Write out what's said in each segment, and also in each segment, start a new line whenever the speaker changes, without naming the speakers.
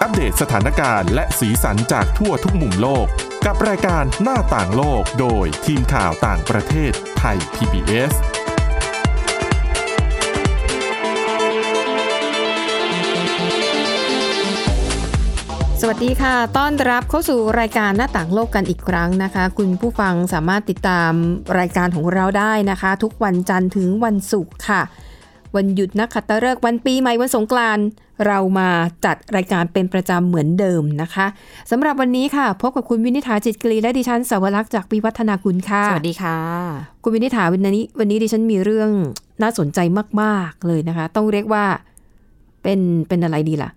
อัปเดตสถานการณ์และสีสันจากทั่วทุกมุมโลก กับรายการหน้าต่างโลกโดยทีมข่าวต่างประเทศไทย PBS
สวัสดีค่ะ ต้อนรับเข้าสู่รายการหน้าต่างโลกกันอีกครั้งนะคะ คุณผู้ฟังสามารถติดตามรายการของเราได้นะคะ ทุกวันจันทร์ถึงวันศุกร์ค่ะ วันหยุดนักขัตฤกษ์วันปีใหม่วันสงกรานต์เรามาจัดรายการเป็นประจำเหมือนเดิมนะคะสำหรับวันนี้ค่ะ พบกับคุณวินิษฐาจิตกรีและดิฉันสาวรักษ์จากวิวัฒนาคุณค่ะ
สวัสดีค่ะ
คุณวินิษฐาวันนี้วันนี้ดิฉันมีเรื่องน่าสนใจมาก ๆ เลยนะคะ ต้องเรียกว่าเป็นเป็นอะไรดีล่ะ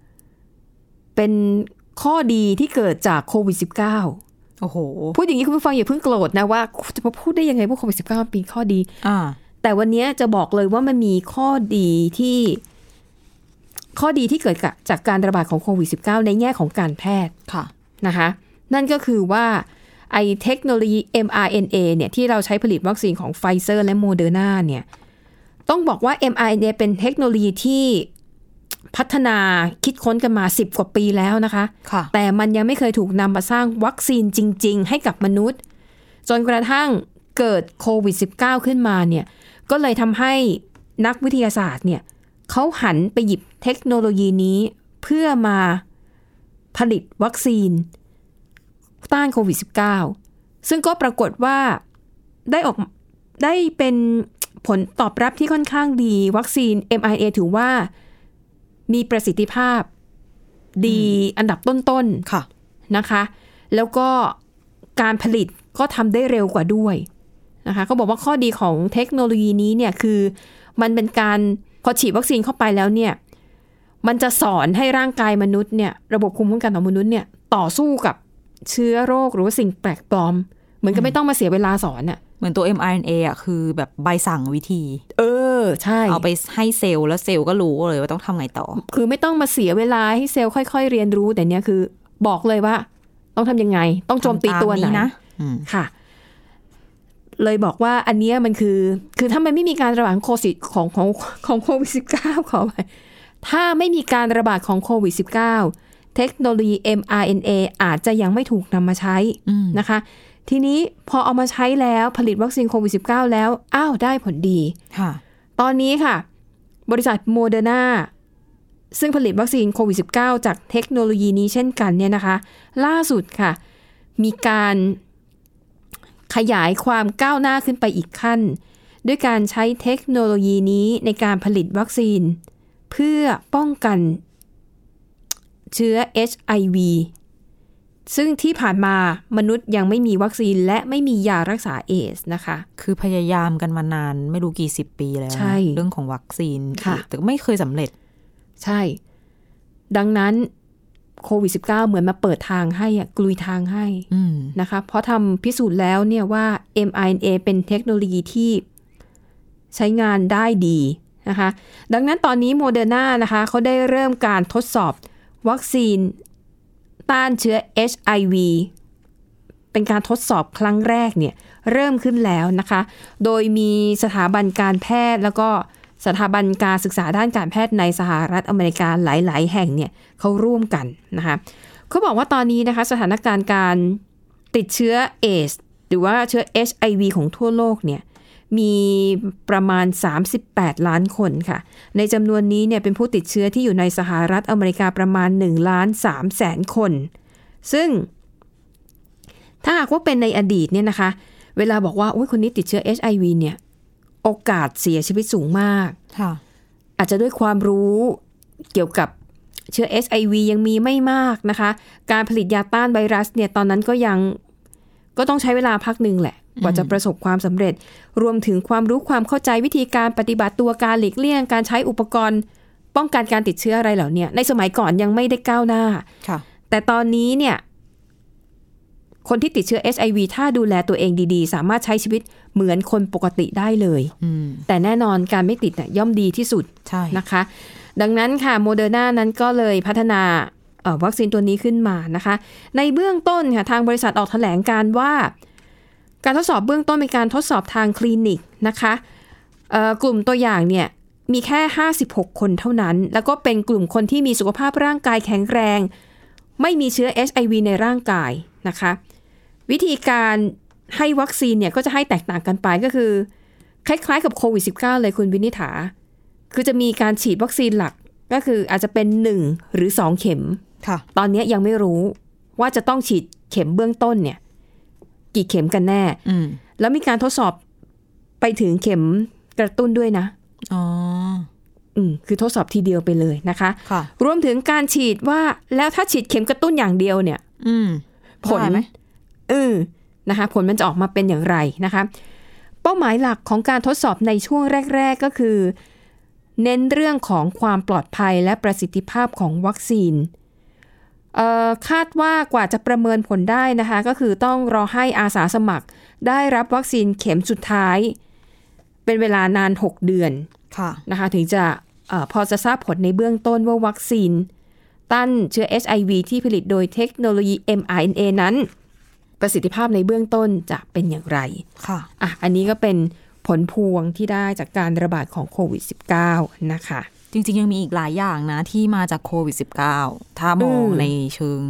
เป็นข้อดีที่เกิดจากโควิด -19
โอ้โห
พูดอย่างนี้คุณผู้ฟังอย่าเพิ่งโกรธนะว่าจะมาพูดได้ยังไงว่าโควิด -19 เป็นข้อดี
อ่า
แต่วันนี้จะบอกเลยว่ามันมีข้อดีที่ ข้อดีที่เกิดจากการระบาดของโควิด -19 ในแง่ของการแพทย์
ค่ะ
นะคะนั่นก็คือว่าไอเทคโนโลยี mRNA เนี่ยที่เราใช้ผลิตวัคซีนของไฟเซอร์และโมเดอร์นาเนี่ยต้องบอกว่า mRNA เป็นเทคโนโลยีที่พัฒนาคิดค้นกันมา 10 กว่าปีแล้วนะคะ
ค่ะ
แต่มันยังไม่เคยถูกนำมาสร้างวัคซีนจริง ๆ ให้กับมนุษย์ จนกระทั่งเกิดโควิด -19 ขึ้นมาเนี่ยก็เลยทำให้นักวิทยาศาสตร์เนี่ยเขาหันไปหยิบเทคโนโลยีนี้เพื่อมาผลิตวัคซีน ต้านโควิด -19 ซึ่งก็ปรากฏว่าได้ออกได้เป็นผลตอบรับที่ค่อนข้างดี วัคซีน mRNA ถือว่ามีประสิทธิภาพดีอันดับต้น ๆ
ค่ะ
นะคะ แล้วก็การผลิตก็ทำได้เร็วกว่าด้วยนะคะเขาบอกว่าข้อดีของเทคโนโลยีนี้เนี่ยคือมันเป็นการพอฉีดวัคซีนเข้าไปแล้วเนี่ยมันจะสอนให้ร่างกายมนุษย์เนี่ยระบบภูมิคุ้มกันของมนุษย์เนี่ยต่อสู้กับเชื้อโรคหรือว่าสิ่งแปลกปลอม เหมือนกับไม่ต้องมาเสียเวลาสอนอะ
เหมือนตัว mRNA อ่ะ คือแบบใบสั่งวิธี
เออใช่
เอาไปให้เซลล์แล้วเซลล์ก็รู้เลยว่าต้องทำไงต่อ
คือไม่ต้องมาเสียเวลาให้เซลล์ค่อยๆ เรียนรู้แต่เนี่ยคือบอกเลยว่า ต้องทำยังไง ต้องโจมตีตัวไหน
ทำามนะอืม
ค่ะ เลยบอกว่าอันเนี้ยมันคือ คือถ้ามันไม่มีการระบาดของโควิดของของของโควิด -19 ขอไปถ้าไม่มีการระบาดของโควิด -19 เทคโนโลยี mRNA อาจจะยังไม่ถูกนำมาใช้
อืม
นะคะ ทีนี้พอเอามาใช้แล้วผลิตวัคซีนโควิด -19 แล้ว อ้าว ได้ผลดี
ค่ะ
ตอนนี้ค่ะ บริษัทโมเดอร์นาซึ่งผลิตวัคซีนโควิด -19 จากเทคโนโลยีนี้เช่นกันเนี่ยนะคะ ล่าสุดค่ะ มีการขยายความก้าวหน้าขึ้นไปอีกขั้น ด้วยการใช้เทคโนโลยีนี้ในการผลิตวัคซีน เพื่อป้องกันเชื้อ HIV ซึ่งที่ผ่านมามนุษย์ยังไม่มีวัคซีนและไม่มียารักษาเอสนะคะ
คือพยายามกันมานานไม่รู้กี่สิบปีแล้วนะ
ใช่
เรื่องของวัคซีน
ค่ะ
แต่ก็ไม่เคยสำเร็จ
ใช่ ดังนั้นโควิด -19 เหมือนมาเปิดทางให้อะกลุยทางให้
อืม
นะคะ เพราะทำพิสูจน์แล้วเนี่ยว่า mRNA เป็นเทคโนโลยีที่ใช้งานได้ดีนะคะ ดังนั้นตอนนี้โมเดอร์นานะคะเขาได้เริ่มการทดสอบวัคซีนต้านเชื้อ HIV เป็นการทดสอบครั้งแรกเนี่ยเริ่มขึ้นแล้วนะคะ โดยมีสถาบันการแพทย์แล้วก็สถาบันการศึกษาด้านการแพทย์ในสหรัฐอเมริกาหลาย ๆ แห่งเนี่ยเขาร่วมกันนะคะเขาบอกว่าตอนนี้นะคะสถานการณ์การติดเชื้อเอสหรือว่าเชื้อ HIV ของทั่วโลกเนี่ยมีประมาณ 38 ล้านคนค่ะ ในจำนวนนี้เนี่ยเป็นผู้ติดเชื้อที่อยู่ในสหรัฐอเมริกาประมาณ1ล้าน3แสนคน ซึ่ง ถ้าหากว่าเป็นในอดีตเนี่ยนะคะ เวลาบอกว่าโอ้ยคนนี้ติดเชื้อ HIV เนี่ย โอกาสเสียชีวิตสูงมาก
ค่ะ
อาจจะด้วยความรู้เกี่ยวกับเชื้อ HIV ยังมีไม่มากนะคะ การผลิตยาต้านไวรัสเนี่ยตอนนั้นก็ยังก็ต้องใช้เวลาพักหนึ่งแหละ กว่าจะประสบความสำเร็จ รวมถึงความรู้ความเข้าใจวิธีการปฏิบัติตัวการหลีกเลี่ยง การใช้อุปกรณ์ ป้องกันการติดเชื้ออะไรเหล่าเนี้ยในสมัยก่อนยังไม่ได้ก้าวหน้า
ค่ะ
แต่ตอนนี้เนี่ย คนที่ติดเชื้อ HIV ถ้าดูแลตัวเองดีๆ สามารถใช้ชีวิตเหมือนคนปกติได้เลย
อืม
แต่แน่นอนการไม่ติดน่ะย่อมดีที่สุด
ใช่
นะคะ ดังนั้นค่ะโมเดอร์นานั้นก็เลยพัฒนาเอ่อวัคซีนตัวนี้ขึ้นมานะคะ ในเบื้องต้นค่ะทางบริษัทออกแถลงการว่า การทดสอบเบื้องต้นเป็นการทดสอบทางคลินิกนะคะเอ่อกลุ่มตัวอย่างเนี่ยมีแค่ 56 คนเท่านั้น แล้วก็เป็นกลุ่มคนที่มีสุขภาพร่างกายแข็งแรง ไม่มีเชื้อ HIV ในร่างกายนะคะ วิธีการให้วัคซีนเนี่ยก็จะให้แตกต่างกันไปก็คือ คล้ายๆกับโควิด -19 เลยคุณวินิษฐา คือจะมีการฉีดวัคซีนหลักก็คืออาจจะเป็น 1 หรือ 2 เข็ม
ค่ะ
ตอนเนี้ยยังไม่รู้ว่าจะต้องฉีดเข็มเบื้องต้นเนี่ย กี่เข็มกันแน่
อืม
แล้วมีการทดสอบไปถึงเข็มกระตุ้นด้วยนะ
อ๋อ
อืมคือทดสอบทีเดียวไปเลยนะคะ
ค่ะ
รวมถึงการฉีดว่าแล้วถ้าฉีดเข็มกระตุ้นอย่างเดียวเนี่ย
อืม
ผล
ได้ไหม
เออนะคะ ผลมันจะออกมาเป็นอย่างไรนะคะ เป้าหมายหลักของการทดสอบในช่วงแรก ๆ ก็คือ เน้นเรื่องของความปลอดภัยและประสิทธิภาพของวัคซีนเอ่อคาดว่ากว่าจะประเมินผลได้นะคะ ก็คือต้องรอให้อาสาสมัคร ได้รับวัคซีนเข็มสุดท้าย เป็นเวลานาน 6 เดือน
ค่ะ
นะคะถึงจะเออพอจะทราบผลในเบื้องต้นว่าวัคซีน ต้านเชื้อ HIV ที่ผลิตโดยเทคโนโลยี mRNA นั้น ประสิทธิภาพในเบื้องต้นจะเป็นอย่างไร
ค่ะ
อ่ะอันนี้ก็เป็นผลพวงที่ได้จากการระบาดของโควิด -19 นะคะ
จริง ๆ ยังมีอีกหลายอย่างนะ ที่มาจากโควิด -19 ถ้ามอ
อื
ง
ม
ในเชิง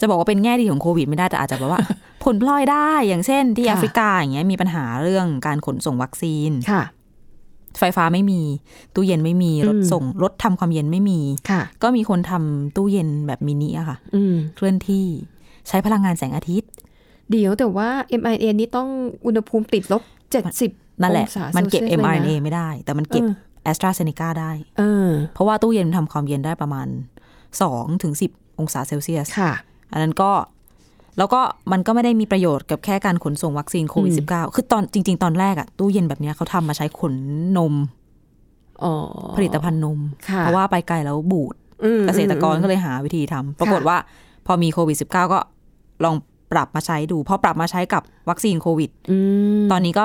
จะบอกว่าเป็นแง่ดีของโควิดไม่ได้แต่อาจจะ แบบว่า ผลพลอยได้อย่างเช่น ที่แอฟริกาอย่างเงี้ยมีปัญหาเรื่องการขนส่งวัคซีน
ค่ะ
ไฟฟ้าไม่มี ตู้เย็นไม่มีรถ
อืม
ส่งรถทำความเย็นไม่มี
ค่ะ
ก็มีคนทำตู้เย็นแบบมินิอะค่ะ
อืม
เคลื่อนที่ใช้พลังงานแสงอาทิตย์
เดี๋ยวแต่ว่า mRNA นี้ต้องอุณหภูมิติดลบ 70
นั่นแหละ
องศา
มันเก็บ
ซลซียสลยะ
mRNA ไม่ได้ แต่มันเก็บ
เออ
แอสตราเซเนกาได้
เออ
เพราะว่าตู้เย็นทำความเย็นได้ประมาณ2ถึง10 องศาเซลเซียส
ค่ะ
อันนั้นก็แล้วก็มันก็ไม่ได้มีประโยชน์กับแค่การขนส่งวัคซีนโควิด -19 คือตอนจริง ๆ ตอนแรกอะตู้เย็นแบบเนี้ยเขาทำมาใช้ขนนม
อ๋อ
ผลิตภัณฑ์นม
ค่ะ
เพราะว่าไปไกลแล้วบูด
อืม
เกษตรกรก็เลยหาวิธีทำปรากฏว่าพอมีโควิด -19 ก็ลองปรับมาใช้ดูพอปรับมาใช้กับวัคซีนโควิด
อืม
ตอนนี้ก็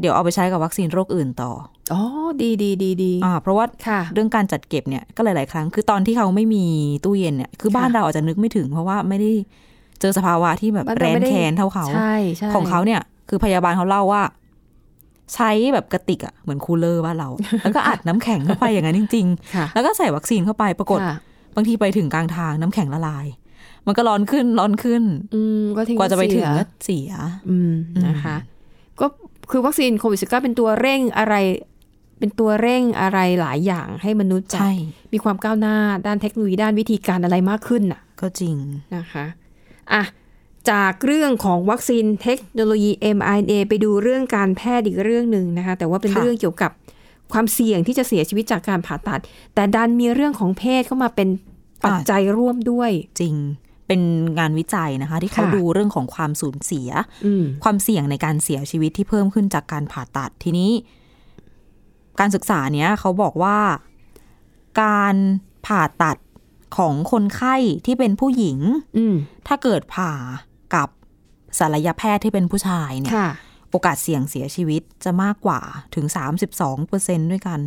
เดี๋ยวเอาไปใช้กับวัคซีนโรคอื่นต่อ
อ๋อดีดีดีดี
อ่าเพราะว่า
ค่ะ
เรื่องการจัดเก็บเนี่ยก็หลายๆครั้ง คือตอนที่เขาไม่มีตู้เย็นเนี่ยคือบ้าน
ค่ะ
เราอาจจะนึกไม่ถึง เพราะว่าไม่ได้เจอสภาวะที่แบบ
บ้าน
แร
เรา
น
ไม่ได้
แคนเท่าเขา
ใช่ใช่
ของเขาเนี่ยคือพยาบาลเขาเล่าว่า ใช้แบบกระติกอะเหมือนคูลเลอร์บ้านเรา แล้วก็อัดน้ำแข็งเข้าไปอย่างนั้นจริง
ค่ะ
ๆ แล้วก็ใส่วัคซีนเข้าไปปรากฏ
ค่ะ
บางทีไปถึงกลางทางน้ำแข็งละลาย มันก็ร้อนขึ้นร้อนขึ้น
อืมก็ทิ้ง
กว่าจะไปถึง
เสี
ก็
ย
เสีย
อืมนะคะ ก็คือวัคซีนโควิดสิบเก้าเป็นตัวเร่งอะไร เป็นตัวเร่งอะไรหลายอย่างให้มนุษย์แบบ
ใช่
มีความก้าวหน้าด้านเทคโนโลยีด้านวิธีการอะไรมากขึ้นน่ะ
ก็จริง
นะคะอ่ะจากเรื่องของวัคซีนเทคโนโลยี mRNA ไปดูเรื่องการแพทย์อีกเรื่องหนึ่งนะคะ แต่ว่าเป็น
ค่ะ
เรื่องเกี่ยวกับความเสี่ยงที่จะเสียชีวิตจากการผ่าตัด แต่ดันมีเรื่องของเพศเข้ามาเป็นปัจจัยร่วมด้วย
จริง เป็นงานวิจัยนะคะ ที่เขา
ค่ะ
ดูเรื่องของความสูญเสีย
อืม
ความเสี่ยงในการเสียชีวิตที่เพิ่มขึ้นจากการผ่าตัดทีนี้ การศึกษาเนี้ยเขาบอกว่า การผ่าตัดของคนไข้ที่เป็นผู้หญิง
อืม
ถ้าเกิดผ่ากับศัลยแพทย์ที่เป็นผู้ชายเนี่ย
ค่ะ
โอกาสเสี่ยงเสียชีวิตจะมากกว่าถึง 32เปอร์เซ็นด้วยกัน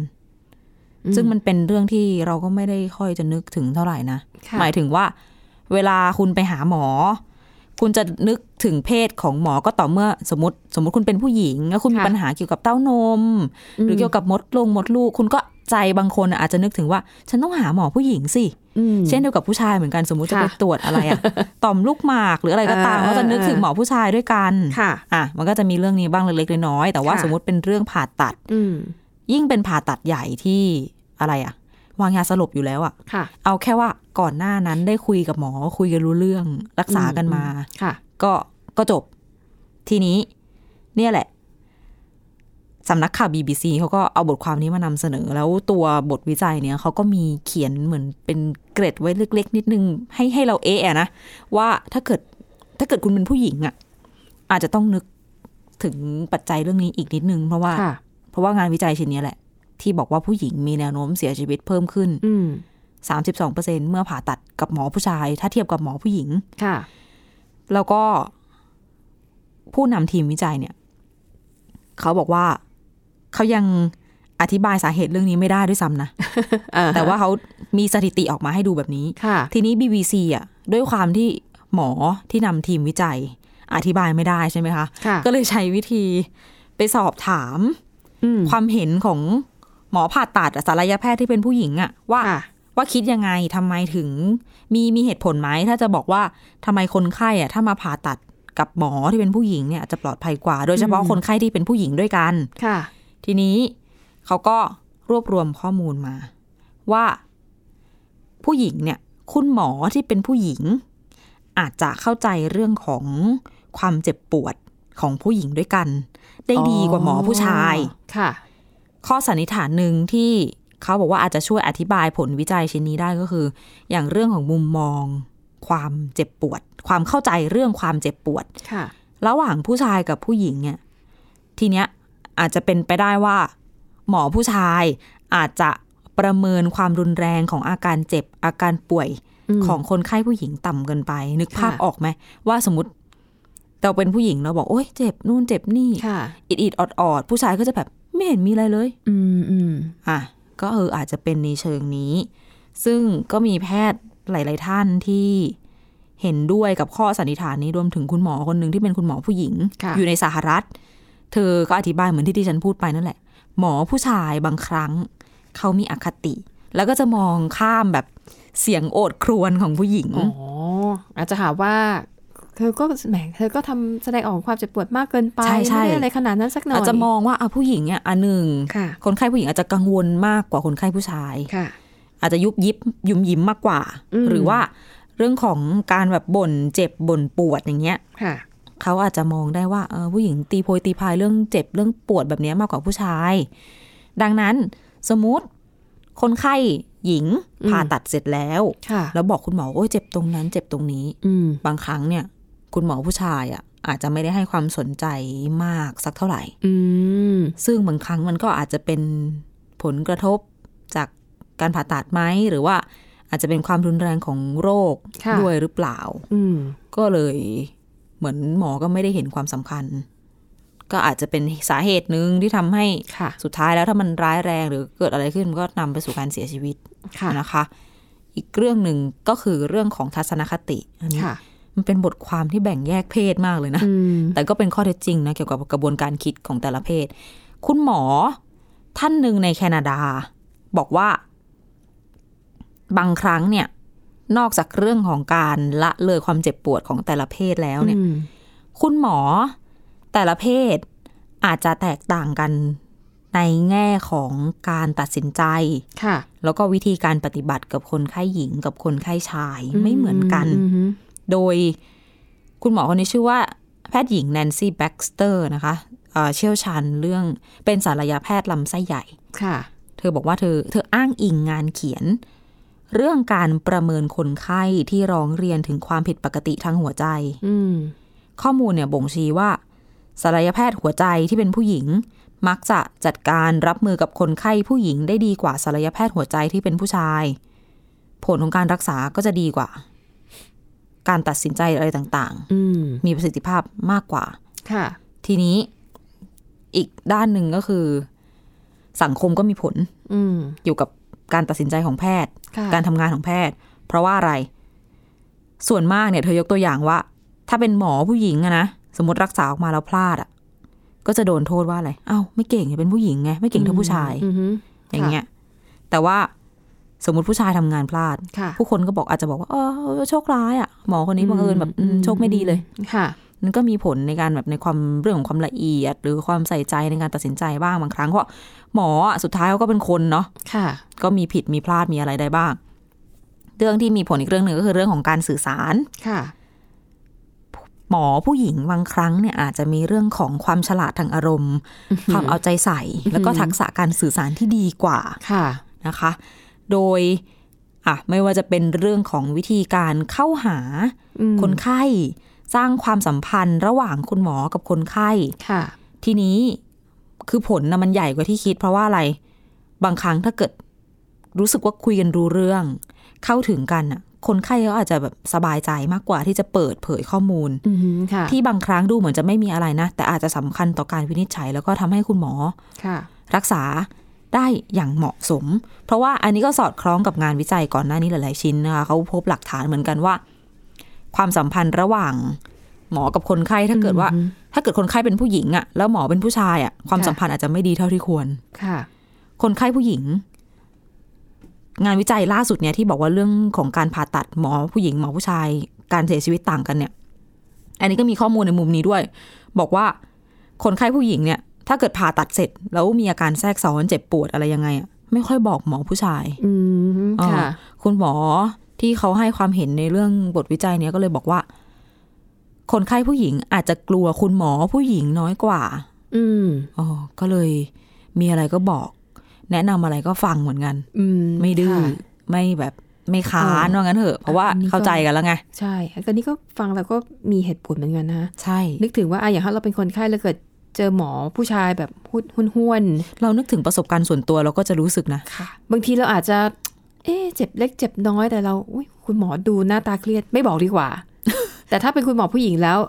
ซึ่งมันเป็นเรื่องที่เราก็ไม่ได้ค่อยจะนึกถึงเท่าไหร่นะ
ค่ะ
หมายถึงว่า เวลาคุณไปหาหมอ คุณจะนึกถึงเพศของหมอก็ต่อเมื่อสมมติ สมมติคุณเป็นผู้หญิง แล้วคุณมี
ค่ะ
ปัญหาเกี่ยวกับเต้านม หรือเกี่ยวกับมดลงมดลูก คุณก็ใจบางคนอาจจะนึกถึงว่า ฉันต้องหาหมอผู้หญิงสิ
อืม
เช่นเดียวกับผู้ชายเหมือนกันสมมติจะ
ค่ะ
ไปตรวจอะไร อะ ต่อมลูกหมากหรืออะไรก็ตาม
เออ
ก็จะนึก
เออ
ถึงหมอผู้ชายด้วยกัน
ค่ะ
อ่ะมันก็จะมีเรื่องนี้บ้างเล็กๆน้อยๆแต่ว่า
ค่ะ
สมมติเป็นเรื่องผ่าตัด
อืม
ยิ่งเป็นผ่าตัดใหญ่ที่อะไรอะวางยาสลบอยู่แล้วอะ
ค่ะ
เอาแค่ว่าก่อนหน้านั้นได้คุยกับหมอคุยกันรู้เรื่องรักษากันมา
ค่ะ
ก็ก็จบ ทีนี้ เนี่ยแหละสำนักข่าว BBC เขาก็เอาบทความนี้มานำเสนอ แล้วตัวบทวิจัยเนี่ยเขาก็มีเขียนเหมือนเป็นเกร็ดไว้เล็ก ๆ นิดนึง ให้ให้เราเอะอะนะ ว่าถ้าเกิดถ้าเกิดคุณเป็นผู้หญิงอะ่ะ อาจจะต้องนึกถึงปัจจัยเรื่องนี้อีกนิดนึง เพราะว่า
ค่ะ
เพราะว่างานวิจัยชิ้นเนี้ยแหละ ที่บอกว่าผู้หญิงมีแนวโน้มเสียชีวิตเพิ่มขึ้น
อืม
32%เมื่อผ่าตัดกับหมอผู้ชาย ถ้าเทียบกับหมอผู้หญิง
ค่ะ
แล้วก็ผู้นำทีมวิจัยเนี่ย เขาบอกว่าเขายังอธิบายสาเหตุเรื่องนี้ไม่ได้ด้วยซ้ำนะ แต่ว่าเขามีสถิติออกมาให้ดูแบบนี้
ค่ะ
ทีนี้ BBC อ่ะด้วยความที่หมอที่นำทีมวิจัย อธิบายไม่ได้ใช่ไหมคะ
ค่ะ
ก็เลยใช้วิธีไปสอบถาม
อืม
ความเห็นของหมอผ่าตัดอะศัลยแพทย์ที่เป็นผู้หญิงอะว่า
ค่ะ
ว่าคิดยังไงทำไมถึงมีมีเหตุผลไหมถ้าจะบอกว่าทำไมคนไข้อะถ้ามาผ่าตัดกับหมอที่เป็นผู้หญิงเนี่ยจะปลอดภัยกว่า โดยเฉพาะ
อืม
คนไข้ที่เป็นผู้หญิงด้วยกัน
ค่ะ
ทีนี้เขาก็รวบรวมข้อมูลมา ว่าผู้หญิงเนี่ย คุณหมอที่เป็นผู้หญิง อาจจะเข้าใจเรื่องของความเจ็บปวดของผู้หญิงด้วยกัน ได้ดีกว่าหมอผู้ชาย
ค่ะ
ข้อสันนิษฐานหนึ่งที่เขาบอกว่าอาจจะช่วยอธิบายผลวิจัยชิ้นนี้ได้ก็คือ อย่างเรื่องของมุมมอง ความเจ็บปวด ความเข้าใจเรื่องความเจ็บปวด
ค่ะ
ระหว่างผู้ชายกับผู้หญิงเนี่ยทีเนี้ยอาจจะเป็นไปได้ว่า หมอผู้ชายอาจจะประเมินความรุนแรงของอาการเจ็บอาการป่วย
ม
ของคนไข้ผู้หญิงต่ำเกินไป นึก
ค่ะ
ภาพออกไหมว่าสมมติเราเป็นผู้หญิงเราบอกโอ๊ยเจ็บนู่นเจ็บนี่
ค่ะ
อิดอิดออดออดๆ ผู้ชายก็จะแบบไม่เห็นมีอะไรเลย
อืมอืม
อ่ะก็เอออาจจะเป็นในเชิงนี้ ซึ่งก็มีแพทย์หลาย ๆ ท่านที่เห็นด้วยกับข้อสันนิษฐานนี้รวมถึงคุณหมอคนหนึ่งที่เป็นคุณหมอผู้หญิง
ค่ะ
อยู่ในสหรัฐ เธอก็อธิบายเหมือนที่ที่ฉันพูดไปนั่นแหละ หมอผู้ชายบางครั้ง เขามีอคติ แล้วก็จะมองข้ามแบบเสียงโอดครวญของผู้หญิง
อ๋อ อาจจะหาว่า เธอก็แหมเธอก็ทำแสดงออกความเจ็บปวดมากเกินไป
ใช่ใช่
ไม่ได้อะไรขนาดนั้นสักหน่อย
อาจจะมองว่าอ่ะผู้หญิงเนี่ยอันหนึ่ง
ค่ะ
คนไข้ผู้หญิงอาจจะกังวลมากกว่าคนไข้ผู้ชาย
ค่ะ
อาจจะยุบยิบยุมยิ้มมากกว่า
อืม
หรือว่าเรื่องของการแบบบ่นเจ็บบ่นปวดอย่างเงี้ย
ค่ะ
เขาอาจจะมองได้ว่าเออผู้หญิงตีโพยตีพายเรื่องเจ็บเรื่องปวดแบบเนี้ยมากกว่าผู้ชาย ดังนั้นสมมติคนไข้หญิง
อืม
ผ่าตัดเสร็จแล้ว
ค่ะ
แล้วบอกคุณหมอโอ้ยเจ็บตรงนั้น เจ็บตรงนี้
อืม
บางครั้งเนี่ย คุณหมอผู้ชายอ่ะอาจจะไม่ได้ให้ความสนใจมากสักเท่าไหร่
อืม
ซึ่งบางครั้งมันก็อาจจะเป็นผลกระทบจากการผ่าตัดไหมหรือว่าอาจจะเป็นความรุนแรงของโรค
ค่ะ
ด้วยหรือเปล่า
อืม
ก็เลยเหมือนหมอก็ไม่ได้เห็นความสำคัญ ก็อาจจะเป็นสาเหตุหนึ่งที่ทำให้
ค่ะ
สุดท้ายแล้วถ้ามันร้ายแรงหรือเกิดอะไรขึ้นมันก็นำไปสู่การเสียชีวิต
ค่ะ
นะคะ อีกเรื่องหนึ่งก็คือเรื่องของทัศนคติอันนี้
ค่ะ
มันเป็นบทความที่แบ่งแยกเพศมากเลยนะ
อืม
แต่ก็เป็นข้อเท็จจริงนะเกี่ยวกับกระบวนการคิดของแต่ละเพศ คุณหมอท่านหนึ่งในแคนาดา บอกว่า บางครั้งเนี่ย นอกจากเรื่องของการละเลยความเจ็บปวดของแต่ละเพศแล้วเนี่ย
อืม
คุณหมอแต่ละเพศอาจจะแตกต่างกันในแง่ของการตัดสินใจ
ค่ะ
แล้วก็วิธีการปฏิบัติกับคนไข้หญิงกับคนไข้ชายไม่เหมือนกัน
อืม
โดยคุณหมอคนนี้ชื่อว่าแพทย์หญิงแนนซี่แบ็กสเตอร์นะคะเอ่อเชี่ยวชาญเรื่องเป็นศัลยแพทย์ลำไส้ใหญ่
ค่ะ
เธอบอกว่าเธอเธออ้างอิงงานเขียน เรื่องการประเมินคนไข้ที่ร้องเรียนถึงความผิดปกติทางหัวใจ
อืม
ข้อมูลเนี่ยบ่งชี้ว่าศัลยแพทย์หัวใจที่เป็นผู้หญิง มักจะจัดการรับมือกับคนไข้ผู้หญิงได้ดีกว่าศัลยแพทย์หัวใจที่เป็นผู้ชาย ผลของการรักษาก็จะดีกว่า การตัดสินใจอะไรต่าง
อืม
ๆ มีประสิทธิภาพมากกว่า
ค่ะ
ทีนี้อีกด้านหนึ่งก็คือ สังคมก็มีผล
อืม
เกี่ยวกับการตัดสินใจของแพทย์
ค่ะ
การทำงานของแพทย์ เพราะว่าอะไร ส่วนมากเนี่ยเธอยกตัวอย่างว่า ถ้าเป็นหมอผู้หญิงอะนะ สมมติรักษาออกมาแล้วพลาดอะก็จะโดนโทษว่าอะไรอ้าวไม่เก่งเนี่ยเป็นผู้หญิงไงไม่เก่งเท่าผู้ชาย
อืม
อย่างเงี้ย แต่ว่าสมมติผู้ชายทำงานพลาด
ค่ะ
ผู้คนก็บอกอาจจะบอกว่าเออโชคร้ายอะหมอคนนี้บังเอิญแบบอืมโชคไม่ดีเลย
ค่ะ
นั่นก็มีผลในการแบบในความเรื่องของความละเอียด หรือความใส่ใจในการตัดสินใจบ้างบางครั้งเพราะหมออะสุดท้ายเขาก็เป็นคนเนาะ
ค่ะ
ก็มีผิดมีพลาดมีอะไรได้บ้าง เรื่องที่มีผลอีกเรื่องหนึ่งก็คือเรื่องของการสื่อสาร
ค่ะ
หมอผู้หญิงบางครั้งเนี่ยอาจจะมีเรื่องของความฉลาดทางอารมณ์ความเอาใจใส่ แล้วก็ทักษะการสื่อสารที่ดีกว่า
ค่ะ
นะคะ โดยอ่ะไม่ว่าจะเป็นเรื่องของวิธีการเข้าหา
อืม
คนไข้ สร้างความสัมพันธ์ระหว่างคุณหมอกับคนไข้
ค่ะ
ทีนี้คือผลนะมันใหญ่กว่าที่คิด เพราะว่าอะไรบางครั้งถ้าเกิดรู้สึกว่าคุยกันรู้เรื่อง เข้าถึงกันอ่ะ คนไข้เขาอาจจะแบบสบายใจมากกว่าที่จะเปิดเผยข้อมูล
อืมค่ะ
ที่บางครั้งดูเหมือนจะไม่มีอะไรนะ แต่อาจจะสำคัญต่อการวินิจฉัย แล้วก็ทำให้คุณหมอ
ค่ะ
รักษาได้อย่างเหมาะสม เพราะว่าอันนี้ก็สอดคล้องกับงานวิจัยก่อนหน้านี้หลาย ๆชิ้นนะคะเขาพบหลักฐานเหมือนกันว่า ความสัมพันธ์ระหว่างหมอกับคนไข้ถ้าเกิดว่า ถ้าเกิดคนไข้เป็นผู้หญิงอะแล้วหมอเป็นผู้ชายอะความ
ค่ะ
สัมพันธ์อาจจะไม่ดีเท่าที่ควร
ค่ะ
คนไข้ผู้หญิง งานวิจัยล่าสุดเนี่ยที่บอกว่าเรื่องของการผ่าตัดหมอผู้หญิงหมอผู้ชาย การเสียชีวิตต่างกันเนี่ย อันนี้ก็มีข้อมูลในมุมนี้ด้วย บอกว่าคนไข้ผู้หญิงเนี่ย ถ้าเกิดผ่าตัดเสร็จ แล้วมีอาการแทรกซ้อนเจ็บปวดอะไรยังไงอะไม่ค่อยบอกหมอผู้ชาย
อืม
อ่า
ค่ะ
คุณหมอที่เขาให้ความเห็นในเรื่องบทวิจัยเนี้ยก็เลยบอกว่า คนไข้ผู้หญิงอาจจะกลัวคุณหมอผู้หญิงน้อยกว่า
อืม
อ๋อก็เลยมีอะไรก็บอก แนะนำอะไรก็ฟังเหมือนกัน
อืม
ไม่ดื้อ
ค่ะ
ไม่แบบไม่ค้าน
เออ
ว่างั้นเถอะเพราะว่า
อันนี้ก็
เข้าใจกันแล้วไง
ใช่ก็นี่ก็ฟังแล้วก็มีเหตุผลเหมือนกันนะคะ
ใช่
นึกถึงว่าอ่ะอย่างถ้าเราเป็นคนไข้แล้วเกิดเจอหมอผู้ชายแบบหุ้นห้วน
เรานึกถึงประสบการณ์ส่วนตัวเราก็จะรู้สึกนะ
ๆบางทีเราอาจจะ เอ๊ะเจ็บเล็กเจ็บน้อยแต่เราอุยคุณหมอดูหน้าตาเครียดไม่บอกดีกว่า แต่ถ้าเป็นคุณหมอผู้หญิงแล้ว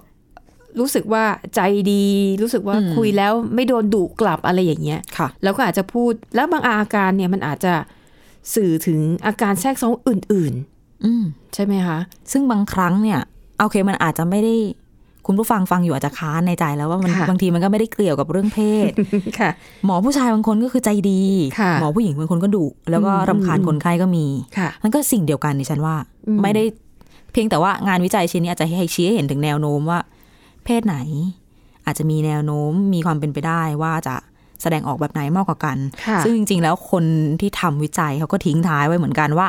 รู้สึกว่าใจดี รู้สึกว่าคุยแล้วไม่โดนดุกลับอะไรอย่างเงี้ย
ค่ะ
แล้วก็อาจจะพูดแล้วบางอาการเนี่ยมันอาจจะสื่อถึงอาการแทรกซ้อนอื่น
อืม
ๆ ใช่ไหมคะ
ซึ่งบางครั้งเนี่ยโอเคมันอาจจะไม่ได้คุณผู้ฟังฟังอยู่อาจจะค้านในใจแล้วว่ามัน
ค่ะ
บางทีมันก็ไม่ได้เกี่ยวกับเรื่องเพศ
ค่ะ
หมอผู้ชายบางคนก็คือใจดี
ค่ะ
หมอผู้หญิงบางคนก็ดุแล้วก็
อืม
รำคาญคนไข้ก็มี
ค่ะ
มันก็สิ่งเดียวกันดิฉันว่า
อืม
ไม่ได้เพียงแต่ว่างานวิจัยชิ้นนี้อาจจะให้ชี้ให้เห็นถึงแนวโน้มว่า เพศไหน อาจจะมีแนวโน้มมีความเป็นไปได้ว่าจะแสดงออกแบบไหนมากกว่ากัน
ค่ะ
ซึ่งจริง ๆ แล้วคนที่ทำวิจัยเขาก็ทิ้งท้ายไว้เหมือนกันว่า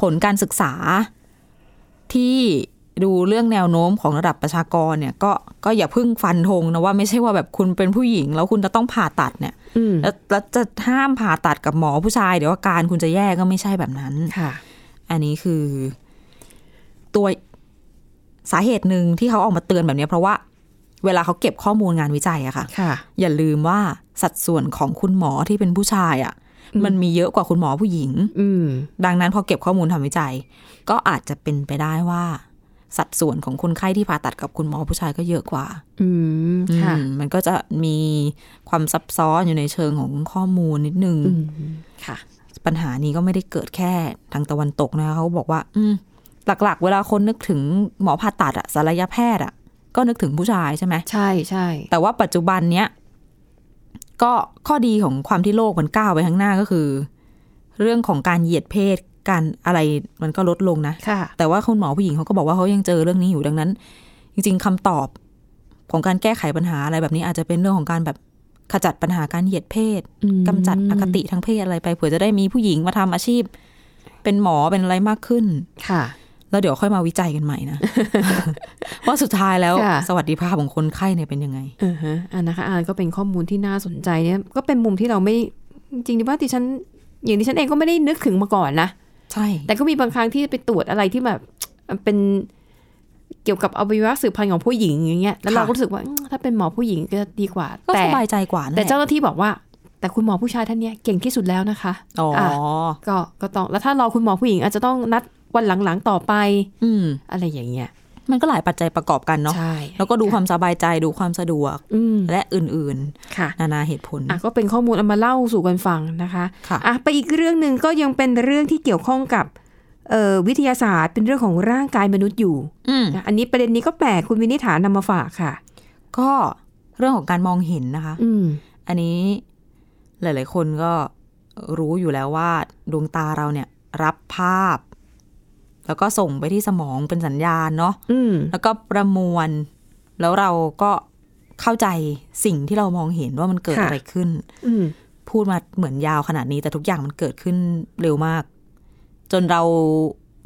ผลการศึกษาที่ดูเรื่องแนวโน้มของระดับประชากรเนี่ยก็ก็อย่าเพิ่งฟันธงนะว่าไม่ใช่ว่าแบบคุณเป็นผู้หญิง แล้วคุณจะต้องผ่าตัดเนี่ย
อืม
แล้วแล้วจะห้ามผ่าตัดกับหมอผู้ชาย เดี๋ยวอาการคุณจะแย่ก็ไม่ใช่แบบนั้น
ค่ะ
อันนี้คือ ตัวสาเหตุหนึ่งที่เขาออกมาเตือนแบบนี้เพราะว่า เวลาเขาเก็บข้อมูลงานวิจัยอะค่ะ
ค่ะ
อย่าลืมว่าสัดส่วนของคุณหมอที่เป็นผู้ชายอะ
อืม
มันมีเยอะกว่าคุณหมอผู้หญิง
อืม
ดังนั้นพอเก็บข้อมูลทำวิจัย ก็อาจจะเป็นไปได้ว่า สัดส่วนของคนไข้ที่ผ่าตัดกับคุณหมอผู้ชายก็เยอะกว่า
อืม ค่ะ
อืมมันก็จะมีความซับซ้อนอยู่ในเชิงของข้อมูลนิดนึง
อืม ค่ะ
ปัญหานี้ก็ไม่ได้เกิดแค่ทางตะวันตกนะคะเขาบอกว่า อืม หลักๆ เวลาคนนึกถึงหมอผ่าตัดอะศัลยแพทย์อะก็นึกถึงผู้ชายใช่ไหม
ใช่ใช่
แต่ว่าปัจจุบันเนี้ยก็ข้อดีของความที่โลกมันก้าวไปข้างหน้าก็คือ เรื่องของการเหยียดเพศการอะไรมันก็ลดลงนะ
ค่ะ
แต่ว่าคุณหมอผู้หญิงเขาก็บอกว่าเขายังเจอเรื่องนี้อยู่ดังนั้น จริง ๆคำตอบของการแก้ไขปัญหาอะไรแบบนี้อาจจะเป็นเรื่องของการแบบขจัดปัญหาการเหยียดเพศ
อืม
กำจัดอคติทางเพศอะไรไปเผื่อจะได้มีผู้หญิงมาทำอาชีพ เป็นหมอเป็นอะไรมากขึ้น
ค่ะ
แล้วเดี๋ยวค่อยมาวิจัยกันใหม่นะ ว่าสุดท้ายแล้ว
ค่ะ
สวัสดิภาพของคนไข้เนี่ยเป็นยังไง
เออฮะอันนะคะอันก็เป็นข้อมูลที่น่าสนใจเนี่ย ก็เป็นมุมที่เราไม่ จริงๆดิว่าดิฉัน อย่างดิฉันเองก็ไม่ได้นึกถึงมาก่อนนะ
ใช่
แต่ก็มีบางครั้งที่ไปตรวจอะไรที่แบบ เป็นเกี่ยวกับอวัยวะสืบพันธุ์ของผู้หญิงอย่างเงี้ย แล้วเราก็รู้สึกว่าอืมถ้าเป็นหมอผู้หญิงก็ดีกว่า
ก็
แต่
สบายใจกว่านะ
แต่เจ้าหน้าที่บอกว่า แต่คุณหมอผู้ชายท่านเนี้ยเก่งที่สุดแล้วนะคะ
อ๋ออ
อ่ะ ก็ ก็ต้อง แล้วถ้ารอคุณหมอผู้หญิงอาจจะต้องนัดวันหลังๆต่อไป
อืม
อะไรอย่างเงี้ย
มันก็หลายปัจจัยประกอบกันเนาะ
ใช่
แล้วก็ดูความสบายใจดูความสะดวก
อืม
และอื่น
ค่ะ
ๆ นานาเหตุผล
อ่ะก็เป็นข้อมูลเอามาเล่าสู่กันฟังนะคะ
ค่ะ
อ่ะไปอีกเรื่องหนึ่งก็ยังเป็นเรื่องที่เกี่ยวข้องกับเอ่อวิทยาศาสตร์ เป็นเรื่องของร่างกายมนุษย์อยู่
อืม
นะอันนี้ประเด็นนี้ก็แปลกคุณวินิฐานำมาฝากค่ะ
ก็เรื่องของการมองเห็นนะคะ
อืม
อันนี้หลาย ๆ คนก็รู้อยู่แล้วว่า ดวงตาเราเนี่ยรับภาพ แล้วก็ส่งไปที่สมองเป็นสัญญาณเนาะ
อืม
แล้วก็ประมวล แล้วเราก็เข้าใจสิ่งที่เรามองเห็นว่ามันเกิด
ค่ะ
อะไรขึ้น
อืม
พูดมาเหมือนยาวขนาดนี้ แต่ทุกอย่างมันเกิดขึ้นเร็วมาก จนเรา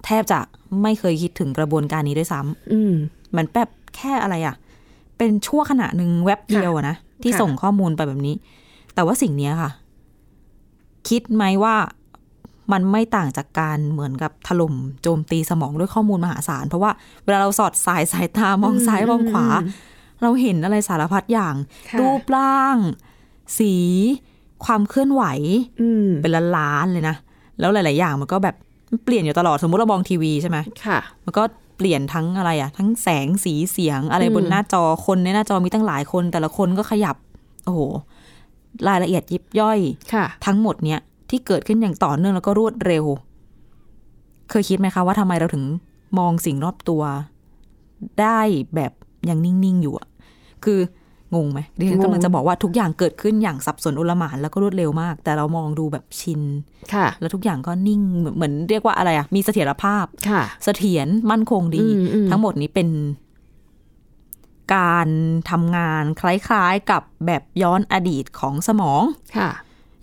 แทบจะไม่เคยคิดถึงกระบวนการนี้ด้วยซ้ำ
อืม
เหมือนแบบแค่อะไรอะเป็นชั่วขณะหนึ่งแว็บเดียวอะนะ ที่
ค่ะ
ส่งข้อมูลไปแบบนี้ แต่ว่าสิ่งเนี้ยค่ะ คิดไหมว่ามันไม่ต่างจากการเหมือนกับถล่มโจมตีสมองด้วยข้อมูลมหาศาล เพราะว่าเวลาเราสอดสายสายตามองซ้ายมองขวา เราเห็นอะไรสารพัดอย่าง
ค่ะ
รูปร่าง สี ความเคลื่อนไหว
อืม
เป็นล้านๆเลยนะ แล้วหลาย ๆ อย่างมันก็แบบมันเปลี่ยนอยู่ตลอดสมมติเรามองทีวีใช่ไหม
ค่ะ
มันก็เปลี่ยนทั้งอะไรอะทั้งแสงสีเสียงอะไร
อืม
บนหน้าจอคนในหน้าจอมีตั้งหลายคน แต่ละคนก็ขยับ โอ้โห รายละเอียดยิบย่อย
ค่ะ
ทั้งหมดเนี้ยที่เกิดขึ้นอย่างต่อเนื่องแล้วก็รวดเร็ว เคยคิดไหมคะว่าทำไมเราถึงมองสิ่งรอบตัว ได้แบบยังนิ่ง ๆ อยู่อะคือ งงไหมดิฉัน
งง
กำลังจะบอกว่าทุกอย่างเกิดขึ้นอย่างสับสนอุลหมานแล้วก็รวดเร็วมาก แต่เรามองดูแบบชิน
ค่ะ
แล้วทุกอย่างก็นิ่งเหมือนเหมือนเรียกว่าอะไรอะมีเสถียรภาพ
ค่ะ
เสถียรมั่นคงดี
อืมอืม
ทั้งหมดนี้เป็นการทำงานคล้ายๆกับแบบย้อนอดีตของสมอง
ค่ะ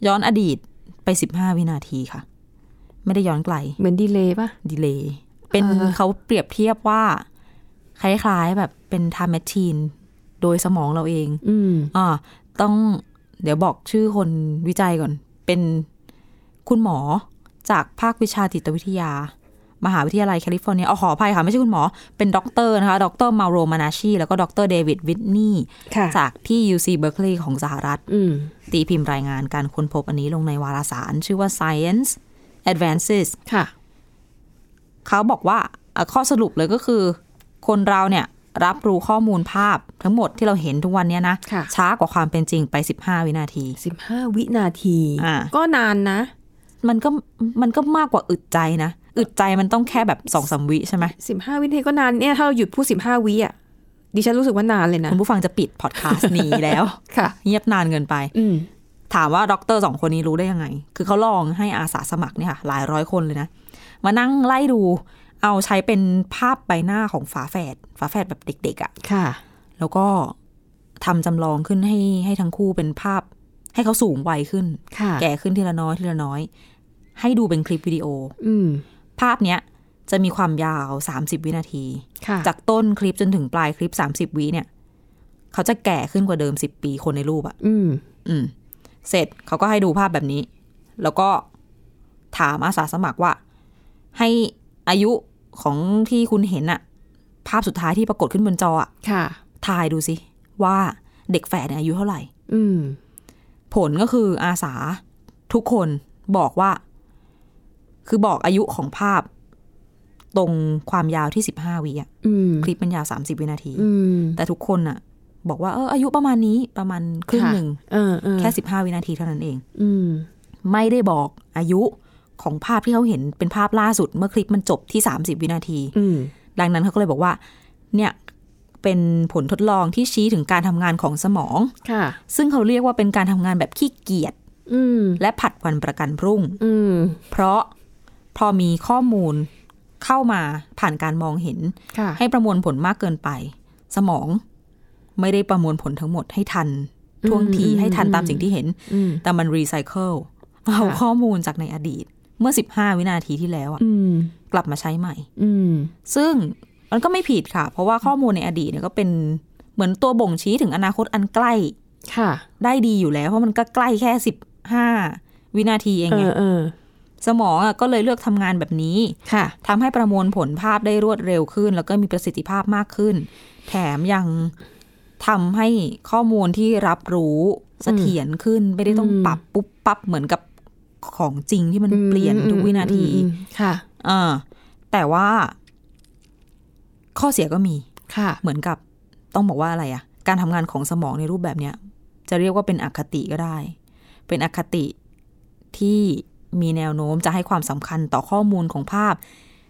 ย้อนอดีตไป 15 วินาทีค่ะ ไม่ได้ย้อนไกล
เหมือนดีเลยป่ะ
ดีเลย์เป็น
อ่า
เขาเปรียบเทียบว่า คล้ายๆแบบเป็นไทม์แมชชีนโดยสมองเราเอง
อืม
อ่าต้องเดี๋ยวบอกชื่อคนวิจัยก่อน เป็นคุณหมอจากภาควิชาจิตวิทยา มหาวิทยาลัยแคลิฟอร์เนียเอาขออภัยค่ะ ไม่ใช่คุณหมอ เป็นด็อกเตอร์นะคะด็อกเตอร์มาโรมานาชีแล้วก็ด็อกเตอร์เดวิดวิทนี่
ค่ะ
จากที่ UC Berkeley ของสหรัฐ
อืม
ตีพิมพ์รายงานการค้นพบอันนี้ลงในวารสาร ชื่อว่า Science Advances
ค่ะ
เขาบอกว่าเอ่อข้อสรุปเลยก็คือ คนเราเนี่ยรับรู้ข้อมูลภาพทั้งหมดที่เราเห็นทุกวันเนี้ยนะ
ค่ะ
ช้ากว่าความเป็นจริงไป 15 วินาที
สิบห้าวินาที
อ่า
ก็นานนะ
มันก็มันก็มากกว่าอึดใจนะ อึดใจมันต้องแค่แบบสองสามวิใช่ไหม
สิบห้าวินาทีก็นานเนี่ย ถ้าเราหยุดพูดสิบห้าวิอ่ะ ดิฉันรู้สึกว่านานเลยนะ
คุณผู้ฟังจะปิดพอดคาสต์นี้แล้ว
ค่ะ
เงียบนานเกินไป
อืม
ถามว่าด็อกเตอร์สองคนนี้รู้ได้ยังไง คือเขาลองให้อาสาสมัครเนี่ยค่ะ หลายร้อยคนเลยนะ มานั่งไล่ดู เอาใช้เป็นภาพใบหน้าของฝาแฝดฝาแฝดแบบเด็กๆอะ
ค่ะ
แล้วก็ทำจำลองขึ้นให้ให้ทั้งคู่เป็นภาพ ให้เขาสูงวัยขึ้น
ค่ะ
แก่ขึ้นทีละน้อยทีละน้อย ให้ดูเป็นคลิปวิดีโอ
อืม
ภาพเนี้ยจะมีความยาว 30 วินาที
ค่ะ
จากต้นคลิปจนถึงปลายคลิป 30 วิเนี่ย เขาจะแก่ขึ้นกว่าเดิม 10 ปีคนในรูปอะ่ะ
อืม
อืม เสร็จเขาก็ให้ดูภาพแบบนี้ แล้วก็ถามอาสาสมัครว่า ให้อายุของที่คุณเห็นอะภาพสุดท้ายที่ปรากฏขึ้นบนจออะ
ค่ะ
ทายดูสิว่าเด็กแฝดเนี่ยอายุเท่าไหร่
อืม
ผลก็คืออาสาทุกคนบอกว่า คือบอกอายุของภาพ ตรงความยาวที่ 15วิอะ
อืม
คลิปมันยาว 30 วินาที
อืม
แต่ทุกคนอะบอกว่าเอออายุประมาณนี้ประมาณครึ่งหนึ่ง
เออเออ
แค่ 15 วินาทีเท่านั้นเอง
อืม
ไม่ได้บอกอายุของภาพที่เขาเห็นเป็นภาพล่าสุด เมื่อคลิปมันจบที่ 30 วินาที
อืม
ดังนั้นเขาก็เลยบอกว่า เนี่ยเป็นผลทดลองที่ชี้ถึงการทำงานของสมอง
ค่ะ
ซึ่งเขาเรียกว่าเป็นการทำงานแบบขี้เกียจ
อืม
และผัดวันประกันพรุ่ง
อืม
เพราะพอมีข้อมูลเข้ามาผ่านการมองเห็น
ค่ะ
ให้ประมวลผลมากเกินไป สมองไม่ได้ประมวลผลทั้งหมดให้ทันท่วงที
อืม
ให้ทัน
อืม
ตามสิ่งที่เห็น
อืม
แต่มันรีไซเคิลเอา
ค่ะ
ข้อมูลจากในอดีต เมื่อ 15 วินาทีที่แล้วอะ
อืม
กลับมาใช้ใหม่
อืม
ซึ่งมันก็ไม่ผิดค่ะ เพราะว่าข้อมูลในอดีตเนี่ยก็เป็นเหมือนตัวบ่งชี้ถึงอนาคตอันใกล้
ค่ะ
ได้ดีอยู่แล้ว เพราะมันก็ใกล้แค่สิบห้าวินาทีเอง
เอ
ไง
อเออ
สมองอะก็เลยเลือกทำงานแบบนี้
ค่ะ
ทำให้ประมวลผลภาพได้รวดเร็วขึ้น แล้วก็มีประสิทธิภาพมากขึ้น แถมยังทำให้ข้อมูลที่รับรู้เสถียรขึ้น ไม่ได้ต้อง
อืม
ปรับปุ๊บปั๊บเหมือนกับของจริงที่มันเปลี่ยนทุกวินาที
อืมอืมอืมค่ะ
อ่าแต่ว่า ข้อเสียก็มี
ค่ะ
เหมือนกับต้องบอกว่าอะไรอะการทำงานของสมองในรูปแบบเนี้ยจะเรียกว่าเป็นอคติก็ได้ เป็นอคติที่มีแนวโน้มจะให้ความสำคัญต่อข้อมูลของภาพ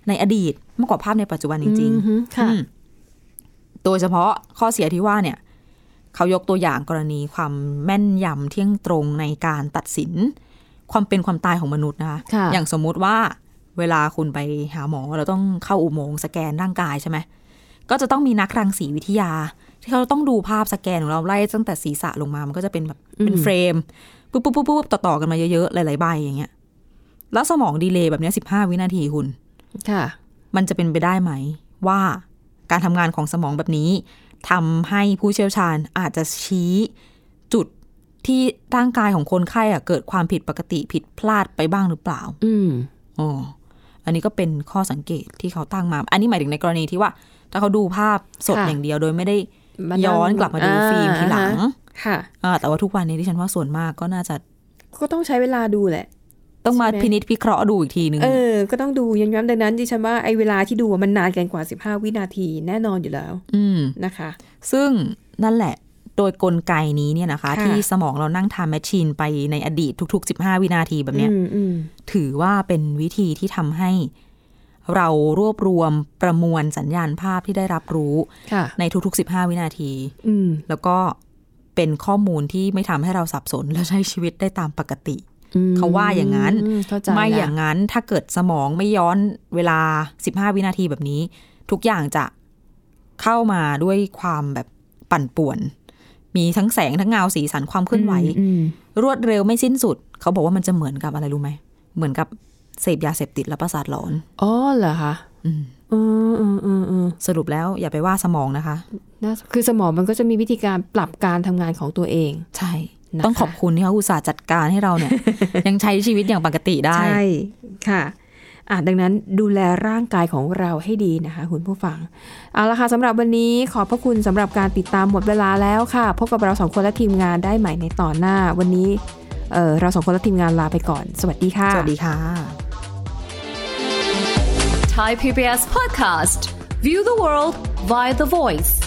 ในอดีตมากกว่าภาพในปัจจุบันจริง
อือฮึ
ๆ
ค่ะ
อืมโดยเฉพาะข้อเสียที่ว่าเนี่ย เขายกตัวอย่างกรณีความแม่นยำเที่ยงตรงในการตัดสิน ความเป็นความตายของมนุษย์นะคะ
ค่ะ
อย่างสมมุติว่าเวลาคุณไปหาหมอเราต้องเข้าอุโมงค์สแกนร่างกายใช่ไหม ก็จะต้องมีนักรังสีวิทยา ที่เขาต้องดูภาพสแกนของเราไล่ตั้งแต่ศีรษะลงมา มันก็จะเป็นแบบเป็นเฟรมปุ๊บปุ๊บปุ๊บปุ๊บต่อต่อกันมาเยอะๆ หลายๆใบอย่างเงี้ย แล้วสมองดีเลย์แบบเนี้สิบห้าวินาทีคุณ
ค่ะ
มันจะเป็นไปได้ไหม ว่าการทำงานของสมองแบบนี้ทำให้ผู้เชี่ยวชาญอาจจะชี้จุดที่ร่างกายของคนไข้อะเกิดความผิดปกติผิดพลาดไปบ้างหรือเปล่า
อืม
อ๋อ อันนี้ก็เป็นข้อสังเกตที่เขาตั้งมา อันนี้หมายถึงในกรณีที่ว่า ถ้าเขาดูภาพสด
ค่ะ
อย่างเดียวโดยไม่ได้
มานั่ง
ย้อนกลับมาดูฟิล์มทีหลัง
อ่าค่ะ
อ่าแต่ว่าทุกวันนี้ที่ฉันว่าส่วนมากก็น่าจะ
ก็ต้องใช้เวลาดูแหละ
ต้องมา
ใช่ไหม
พินิจพิเคราะห์ดูอีกทีหนึ่ง
เออ ก็ต้องดูย้ำๆดังนั้นดิฉันว่าไอ้เวลาที่ดูอะมันนานเกินกว่า 15 วินาทีแน่นอนอยู่แล้ว
ืม
นะคะ
ซึ่งนั่นแหละ โดยกลไกนี้เนี่ยนะคะ
ค่ะ
ที่สมองเรานั่งทำแมชชีนไปในอดีตทุก ๆ 15 วินาทีแบบเนี้ย
อืมอืม
ถือว่าเป็นวิธีที่ทำให้ เรารวบรวมประมวลสัญญาณภาพที่ได้รับรู้
ค่ะ
ในทุก ๆ 15 วินาที
อืม
แล้วก็ เป็นข้อมูลที่ไม่ทำให้เราสับสนและใช้ชีวิตได้ตามปกติ เขาว่าอย่างนั้น
มเข้าใจ
ไม่
ละ
อย่างนั้นถ้าเกิดสมองไม่ย้อนเวลา 15 วินาทีแบบนี้ ทุกอย่างจะเข้ามาด้วยความแบบปั่นป่วน มีทั้งแสงทั้งเงาสีสันความเคลื่อนไหว
อืม
รวดเร็วไม่สิ้นสุด เขาบอกว่ามันจะเหมือนกับอะไรรู้ไหม เหมือนกับเสพยาเสพติดและประสาทหลอน
อ๋อเหรอคะ
อืม
เออเออเออเออ
สรุปแล้วอย่าไปว่าสมองนะคะ
นาคือสมองมันก็จะมีวิธีการปรับการทำงานของตัวเอง
ใช่
นะคะ
ต้องขอบคุณที่เขาอุตส่าห์จัดการให้เราเนี่ย ยังใช้ชีวิตอย่างปกติได้
ใช่ค่ะอ่ะ ดังนั้นดูแลร่างกายของเราให้ดีนะคะคุณผู้ฟัง เอาละค่ะสำหรับวันนี้ขอบพระคุณสำหรับการติดตามหมดเวลาแล้วค่ะ พบกับเราสองคนและทีมงานได้ใหม่ในตอนหน้า วันนี้เอ่อเราสองคนและทีมงานลาไปก่อน สวัสดีค่ะ
สวัสดีค่ะ
Thai PBS podcast. View the world via the voice.